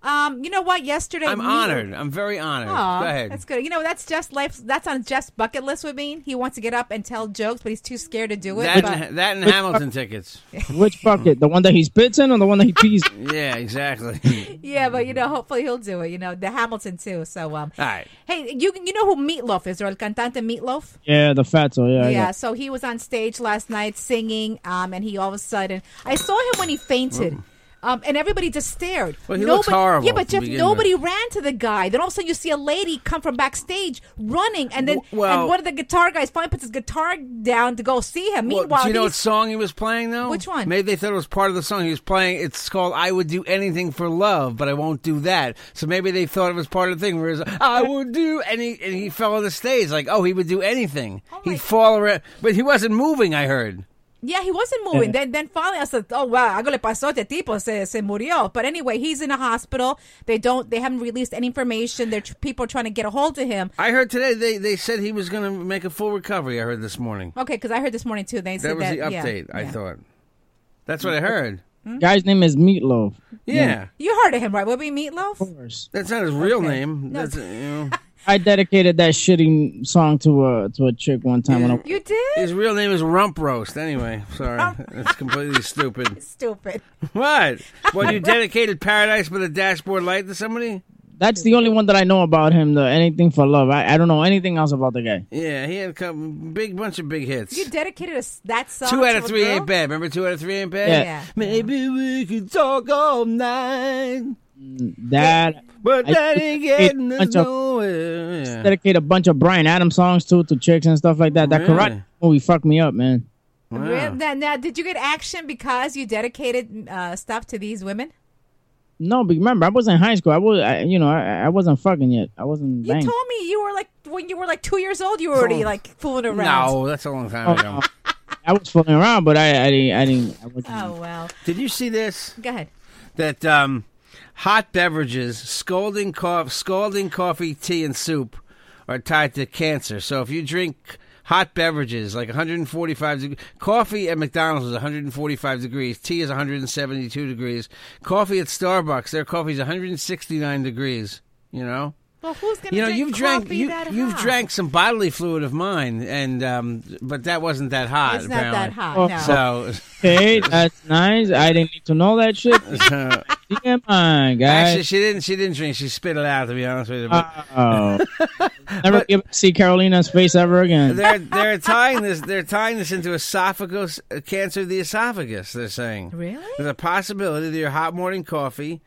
Um, you know what? Yesterday,
I'm
me-
honored. I'm very honored.
Aw,
Go ahead.
That's good. You know, that's Jeff's life. That's on Jeff's bucket list with me. He wants to get up and tell jokes, but he's too scared to do it.
That
but
and, that and Hamilton tickets.
Which bucket? the one that he spits in or the one that he pees? in?
Yeah, exactly.
yeah, but you know, hopefully he'll do it. You know, the Hamilton too. So, um,
Mm-hmm. All right.
hey, you you know who Meatloaf is, or El Cantante Meatloaf?
Yeah, the fatso. Yeah, I
Yeah,
got-
so he was on stage last night singing, um, and he all of a sudden, I saw him when he fainted. Um, and everybody just stared.
Well, he looks horrible
Yeah, but
to
Jeff,
begin
nobody ran to the guy. Then all of a sudden, you see a lady come from backstage running, and then
W- well-
and one of the guitar guys finally puts his guitar down to go see him.
Well,
Meanwhile,
do you know what
he's-
song he was playing though?
Which one?
Maybe they thought it was part of the song he was playing. It's called "I Would Do Anything for Love," but I won't do that. So maybe they thought it was part of the thing. Whereas I would do, and he and he fell on the stage like, oh, he would do anything.
Oh my-
He'd fall around, but he wasn't moving. I heard.
yeah, he wasn't moving. Then then finally, I said, "Oh wow, algo le pasó a este tipo, se, se murió." But anyway, he's in a hospital. They don't, they haven't released any information. They're people are trying to get a hold of him.
I heard today they they said he was going to make a full recovery. I heard this morning.
Okay, because I heard this morning too. They
That
said
was
that
the
yeah,
update. I
yeah. Mm.
thought. That's what I heard.
Guy's name is Meatloaf.
Yeah.
You heard of him, right? Would be Meatloaf?
Oh,
Of course.
That's not his real name. That's, you know,
I dedicated that shitty song to a to a chick one time. When I,
You did?
his real name is Rump Roast. Anyway, sorry, that's completely stupid.
Stupid.
What? Well, you dedicated Paradise with a Dashboard Light to somebody?
that's the only one that I know about him. The anything for love. I, I don't know anything else about the guy.
Yeah, he had a couple, big bunch of big hits.
You dedicated a s that song.
Two out
to
of
a
three
girl?
ain't bad. Remember, two out of three ain't bad.
Yeah.
Yeah.
Maybe we could talk all night,
That
but
I
that ain't
think it-
getting us
bunch of-
nowhere. Yeah.
dedicate a bunch of Brian Adams songs to to chicks and stuff like that. That
Really?
karate movie fucked me up, man.
Really? Now, now, did you get action because you dedicated uh, stuff to these women?
No, but remember, I was in high school. I was, I, you know, I, I wasn't fucking yet. I wasn't.
You
banging.
told me you were like when you were like two years old, you were already like fooling around.
No, that's a long time
Uh-uh.
ago.
I was fooling around, but I, I didn't, I didn't. I wasn't.
Oh well.
Did you see this?
Go ahead.
That um, hot beverages, scalding coffee, scalding coffee, tea, and soup are tied to cancer. So if you drink hot beverages like 145 degrees, coffee at McDonald's is 145 degrees, tea is 172 degrees, coffee at Starbucks, their coffee is 169 degrees. You know.
Well, who's gonna
You know,
drink
you've drank
coffee
you,
that
you've
hot?
drank some bodily fluid of mine, and um, but that wasn't that hot.
It's not that
apparently.
hot.
Oh,
no.
So
Okay, that's nice. I didn't need to know that shit. Come
Actually,
on, guys.
she didn't. She didn't drink. She spit it out. To be honest with you, but
Oh. Never be able to see Carolina's face ever again.
they're they're tying this. They're tying this into esophagus uh, cancer of the esophagus. They're saying
Really?
there's a possibility that your hot morning coffee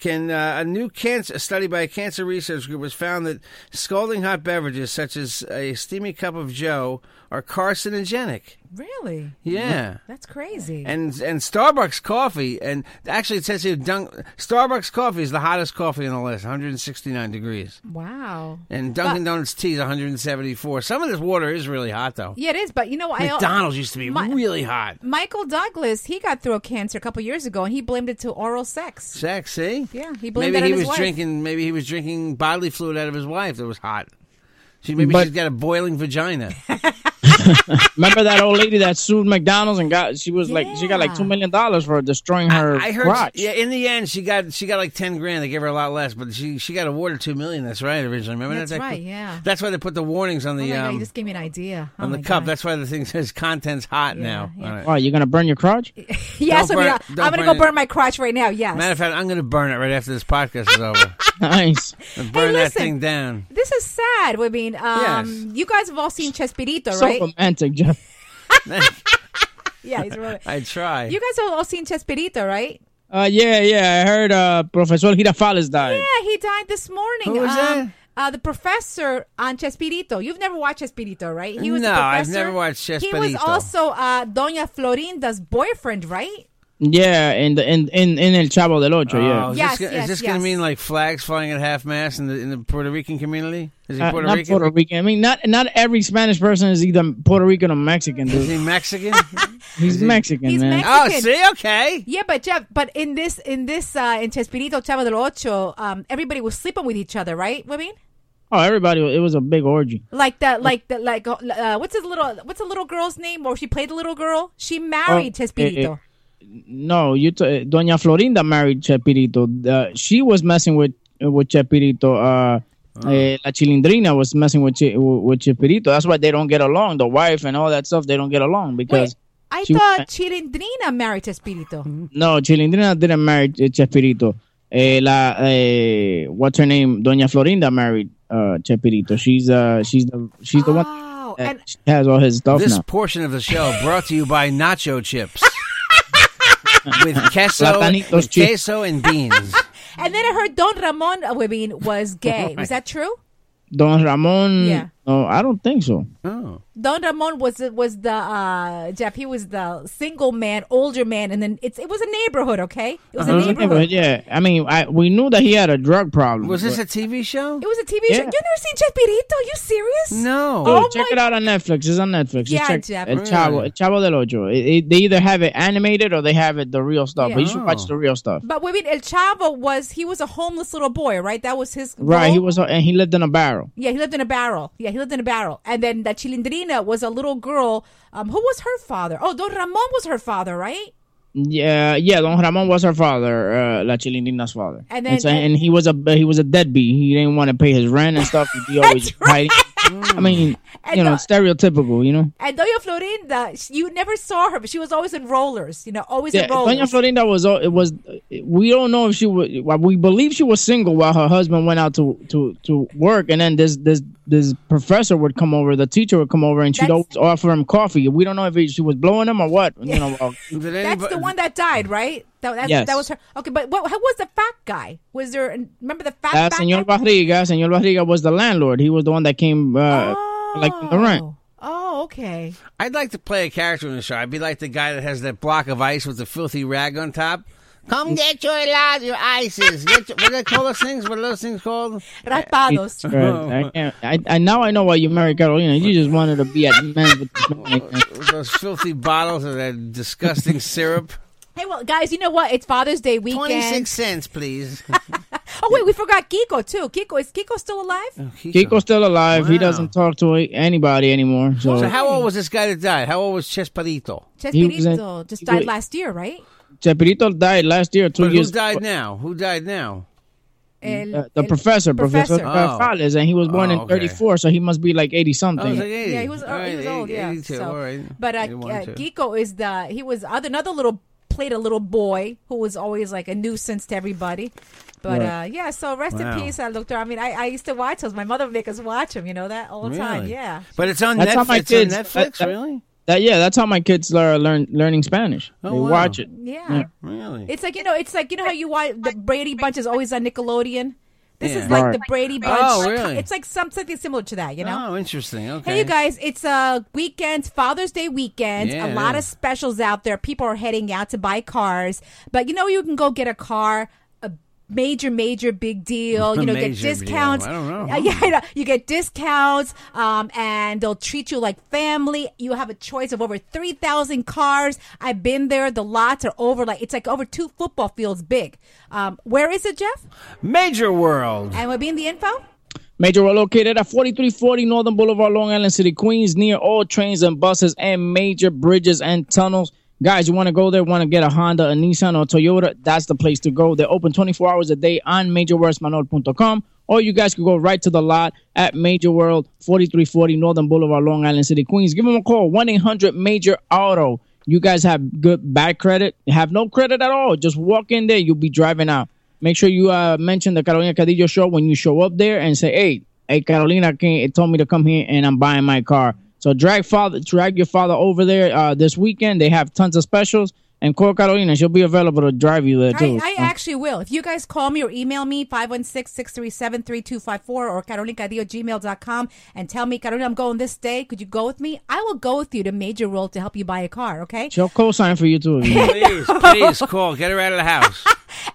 can uh, a new cancer a study by a cancer research group has found that scalding hot beverages such as a steamy cup of Joe are carcinogenic.
really,
Yeah.
that's crazy.
And and Starbucks coffee and actually it says here dunk, Starbucks coffee is the hottest coffee on the list, 169 degrees.
wow.
And Dunkin' Donuts tea is 174. Some of this water is really hot, though.
Yeah, it is. But you know, I
McDonald's used to be
My-
really hot.
Michael Douglas, he got through a cancer a couple years ago, and he blamed it to oral sex.
Sex, see?
Yeah, he blamed that
Maybe
on
he
his
was
wife.
drinking. Maybe he was drinking bodily fluid out of his wife that was hot. She maybe
But-
she's got a boiling vagina.
Remember that old lady that sued McDonald's and got she was like she got like
Yeah.
two million dollars for destroying her
I heard.
crotch.
Yeah, in the end, she got she got like ten grand. They gave her a lot less, but she she got awarded two million. That's right. Originally, remember
That's
that?
right, yeah.
That's why they put the warnings on
Oh
the
my God,
um,
you just gave me an idea. Oh
on the
my
cup.
God.
That's why the thing says contents hot
Yeah,
now.
yeah.
on it.
Why you're gonna burn your crotch?
yes. I mean,
Don't burn-
I-
don't
I'm gonna
burn
go
it.
burn my crotch right now. Yes.
Matter of fact, I'm going to burn it right after this podcast is over.
Nice.
And burn that
listen.
thing down.
this is sad. I mean, um,
Yes.
you guys have all seen Chespirito,
So
right?
romantic, Jeff.
yeah, he's really.
I try.
You guys have all seen Chespirito, right?
Uh, yeah, yeah. I heard uh, Professor Girafales died.
Yeah, he died this morning.
Who was
um,
that?
Uh, the professor on Chespirito. You've never watched Chespirito, right? He was the
No, I've
professor.
never watched
He was
Chespirito.
also uh, Doña Florinda's boyfriend, right?
Yeah, in the in in, in El Chavo del Ocho.
Oh,
yeah.
is
Yes,
this, gonna-
yes,
is this going
yes.
to mean like flags flying at half mast in the in the Puerto Rican community? Is he
Uh,
Puerto
not
Rican?
Puerto Rican. I mean, not not every Spanish person is either Puerto Rican or Mexican.
Is
Dude.
he Mexican?
He's Mexican,
He's
man.
Mexican.
oh, see, okay.
Yeah, but Jeff, but in this, in this, uh, in Chespirito Chavo del Ocho, um, everybody was sleeping with each other, right? Women
oh, everybody! It was a big orgy.
like
Mm.
that, like that, like uh, uh, what's his little, what's the little girl's name? Or she played the little girl. She married
Oh,
Chespirito.
No, you. T- Doña Florinda married Chepirito. Uh, she was messing with with Chepirito. Uh, eh, La Chilindrina was messing with Ch- with Chepirito. That's why they don't get along. The wife and all that stuff. They don't get along because
Wait, I
she-
thought Chilindrina married Chespirito.
no, Chilindrina didn't marry Ch- Chepirito. Eh, la eh, what's her name? Doña Florinda married uh, Chepirito. She's uh she's the she's the one
Oh,
that
and
she has all his stuff
This
now.
portion of the show brought to you by Nacho Chips with queso,
Platanitos
with
chips.
queso and beans.
and then I heard Don Ramon uh, women was
Oh
gay. Was that true?
Don Ramon.
Yeah.
No, I don't think so.
Oh,
Don Ramon was was the uh, Jeff. He was the single man, older man, and then it's it was a neighborhood. Okay, it was
It
a
was a
neighborhood.
neighborhood, yeah, I mean, I, we knew that he had a drug problem.
was this
but-
a TV show?
It was a TV show.
Yeah.
You never seen Chespirito? You serious?
No.
Dude,
Oh
check
my-
it out on Netflix. It's on Netflix. Just
Yeah,
check
Jeff.
El Chavo, El Chavo del Ocho. It, it- they either have it animated or they have it the real stuff.
Yeah.
But you should watch the real stuff.
But women, El Chavo was he was a homeless little boy, right? That was his
Right,
role?
he was, and he lived in a barrel.
Yeah, he lived in a barrel. Yeah, he lived in a barrel. And then the Chilindrina was a little girl. Um, who was her father? Oh, Don Ramon was her father, right?
Yeah, yeah. Don Ramon was her father, uh, La Chilindina's father,
And
and,
then-
so, and he was a he was a deadbeat. He didn't want to pay his rent and stuff. He always hiding. I mean,
And
you know,
the-
stereotypical. You know,
And Doña Florinda, sh- you never saw her, but she was always in rollers. You know, always
yeah.
in rollers.
Doña Florinda was al- it was. We don't know if she was. well, We believe she was single while her husband went out to to to work, and then this this this professor would come over, the teacher would come over, and she'd
That's-
always offer him coffee. We don't know if he, she was blowing him or what. You know, well,
Did
that's
anybody-
the one that died, right? That, that's,
Yes.
that was her. Okay, but what, who was the fat guy? Was there? Remember the fat?
uh,
fat
Señor
guy?
Barriga, Señor Barriga was the landlord. He was the one that came uh, like the rent.
Oh. Oh, okay.
I'd like to play a character in the show. I'd be like the guy that has that block of ice with the filthy rag on top. Come get your helado, your ices. Get your, what do they call those things? What are those things called?
Rapados.
Right. I, can't, I, I now I know why you married Carolina. You just wanted to be at men with this man.
With those filthy bottles of that disgusting syrup.
Hey, well, guys, you know what? It's Father's Day weekend.
Twenty six cents, please.
Oh wait, we forgot Kiko too. Kiko is Kiko still alive?
Kiko's still alive. He
Wow.
doesn't talk to anybody anymore. So,
So how old was this guy that died? How old was Chespirito?
He was in-
Chespirito just
he
died
was-
last year, right?
Chapirito died last year. Two
But who
years.
died now? Who died now?
El-
Uh, the
el-
professor, Professor,
Professor.
uh,
Oh.
Fales, and he was born
Oh,
in
okay.
34, so he must be like 80 something.
I was Oh, like, hey,
Yeah, he was,
all right,
he was old.
80,
Yeah,
82,
so-
all right.
but uh, uh,
81, too.
Kiko is the he was other another little played a little boy who was always like a nuisance to everybody. But
Right.
uh, yeah, so rest
Wow.
in peace, uh, Doctor. I mean, I, I used to watch those. My mother would make us watch them. You know that all the time.
Really?
Yeah.
But it's on
That's how
Netflix.
my
It's on
kids-
Netflix,
that- that-
really?
that, yeah, that's how my kids learn, learn learning Spanish.
Oh,
they
wow.
watch it.
yeah,
Really?
It's like you know, it's like you know how you watch the Brady Bunch is always on Nickelodeon. This
Yeah.
is like
Right.
the Brady Bunch.
Oh, really?
It's like some, something similar to that. You know.
Oh, interesting. Okay.
Hey, you guys, it's a weekend, Father's Day weekend.
Yeah,
a
it
lot of
is.
specials out there. People are heading out to buy cars, but you know, you can go get a car. a Major, major, big deal. You know, get
Major deal.
discounts.
I don't know.
Uh, yeah, I know. you get discounts, um, and they'll treat you like family. You have a choice of over three thousand cars. I've been there. The lots are over like it's like over two football fields big. Um, where is it, Jeff?
Major World.
And we'll be in the info.
Major were located at 4340 Northern Boulevard, Long Island City, Queens, near all trains and buses and major bridges and tunnels. Guys, you want to go there, want to get a Honda, a Nissan, or Toyota, that's the place to go. They're open 24 hours a day on majorworldsmanol.com, or you guys could go right to the lot at Major World, 4340 Northern Boulevard, Long Island City, Queens. Give them a call, 1-800-MAJOR-AUTO. You guys have good bad credit, have no credit at all. Just walk in there, you'll be driving out make sure you uh, mention the Carolina Cadillo show when you show up there and say, "Hey, hey, Carolina came, it told me to come here and I'm buying my car." So drag father, drag your father over there uh, this weekend. They have tons of specials. And call Carolina. She'll be available to drive you there,
I,
too.
I
Uh,
actually will. If you guys call me or email me, 516-637-3254 or carolinecadillo@gmail.com and tell me, Carolina, I'm going this day. Could you go with me? I will go with you to Major Role to help you buy a car, okay?
she'll co sign for you, too. if you need.
Please, please call. Get her out of the house.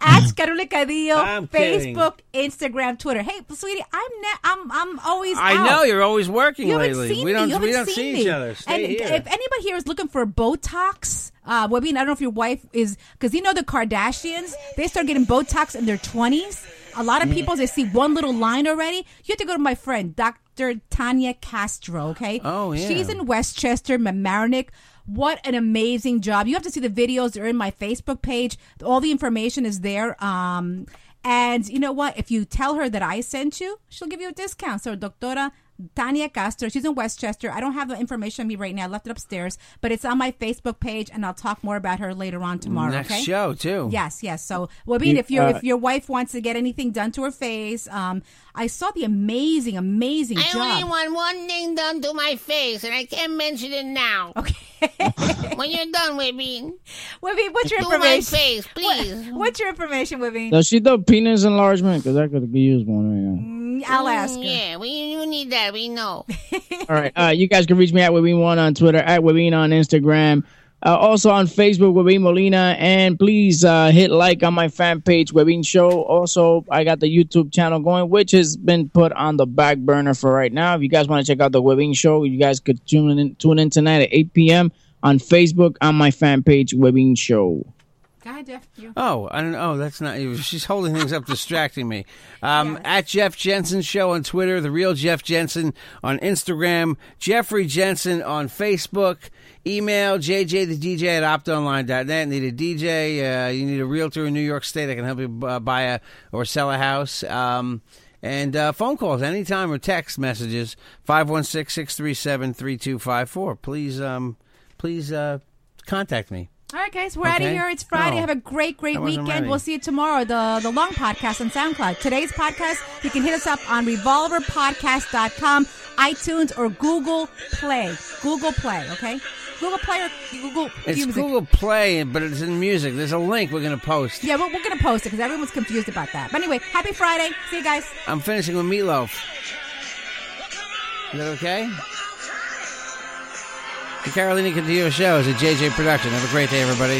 At Carolina Cadillo,
I'm kidding.
Facebook, Instagram, Twitter. Hey, sweetie, I'm ne- I'm I'm always
I
out.
know you're always working
You haven't
lately.
seen
we don't
me. You
we
haven't
don't see
seen
each
me.
other. Stay
and
here.
if anybody here is looking for Botox, uh, well, I mean, I don't know if your wife is, because you know the Kardashians, they start getting Botox in their 20s. A lot
Mm.
of people, they see one little line already. You have to go to my friend, Dr. Tanya Castro, okay?
Oh, yeah.
She's in Westchester, Mamaroneck. What an amazing job. You have to see the videos. They're in my Facebook page. All the information is there. Um, and you know what? If you tell her that I sent you, she'll give you a discount. So, Doctora Tania Castro, she's in Westchester. I don't have the information on me right now. I left it upstairs, but it's on my Facebook page, and I'll talk more about her later on tomorrow.
Next
okay?
show too.
Yes, yes. So, well, I mean,
You-
if your
uh,
if your wife wants to get anything done to her face, um, I saw the amazing, amazing
I
job.
only want one thing done to my face, and I can't mention it now.
okay.
When you're done with me,
Wibby, what's your
do my
information?
face, please.
What's your information, Wibby?
Does she do penis enlargement? Because I could use one right now.
I'll ask
Mm,
her.
Yeah, we you need that. We know.
All right. Uh, you guys can reach me at Webin One on Twitter, at Webin on Instagram, uh, also on Facebook, Webin Molina, and please uh, hit like on my fan page, Webin Show. Also, I got the YouTube channel going, which has been put on the back burner for right now. If you guys want to check out the Webin Show, you guys could tune in tune in tonight at 8 p.m. on Facebook on my fan page, Webin Show.
Go ahead, Jeff. You.
Oh, I don't know. That's not. She's holding things up, distracting me. Um, At Jeff Jensen Show on Twitter, The Real Jeff Jensen on Instagram, Jeffrey Jensen on Facebook, email JJ the DJ at optonline.net. Need a DJ? Uh, you need a realtor in New York State that can help you uh, buy a or sell a house. Um, and uh, phone calls anytime or text messages 516 637 3254. Please, um, please uh, contact me.
All right, guys, we're out of
Okay.
here. It's Friday.
Oh.
Have a great, great
I wasn't
weekend.
ready.
We'll see you tomorrow. The the long podcast on SoundCloud. Today's podcast, you can hit us up on revolverpodcast.com, iTunes, or Google Play. Google Play, okay? Google Play or Google
It's
Music.
Google Play, but it's in music. There's a link we're going to post.
Yeah, we're, we're going to post it because everyone's confused about that. But anyway, happy Friday. See you guys.
I'm finishing with meatloaf. Is that okay? The Carolina Cadillo Show is a JJ production. Have a great day, everybody.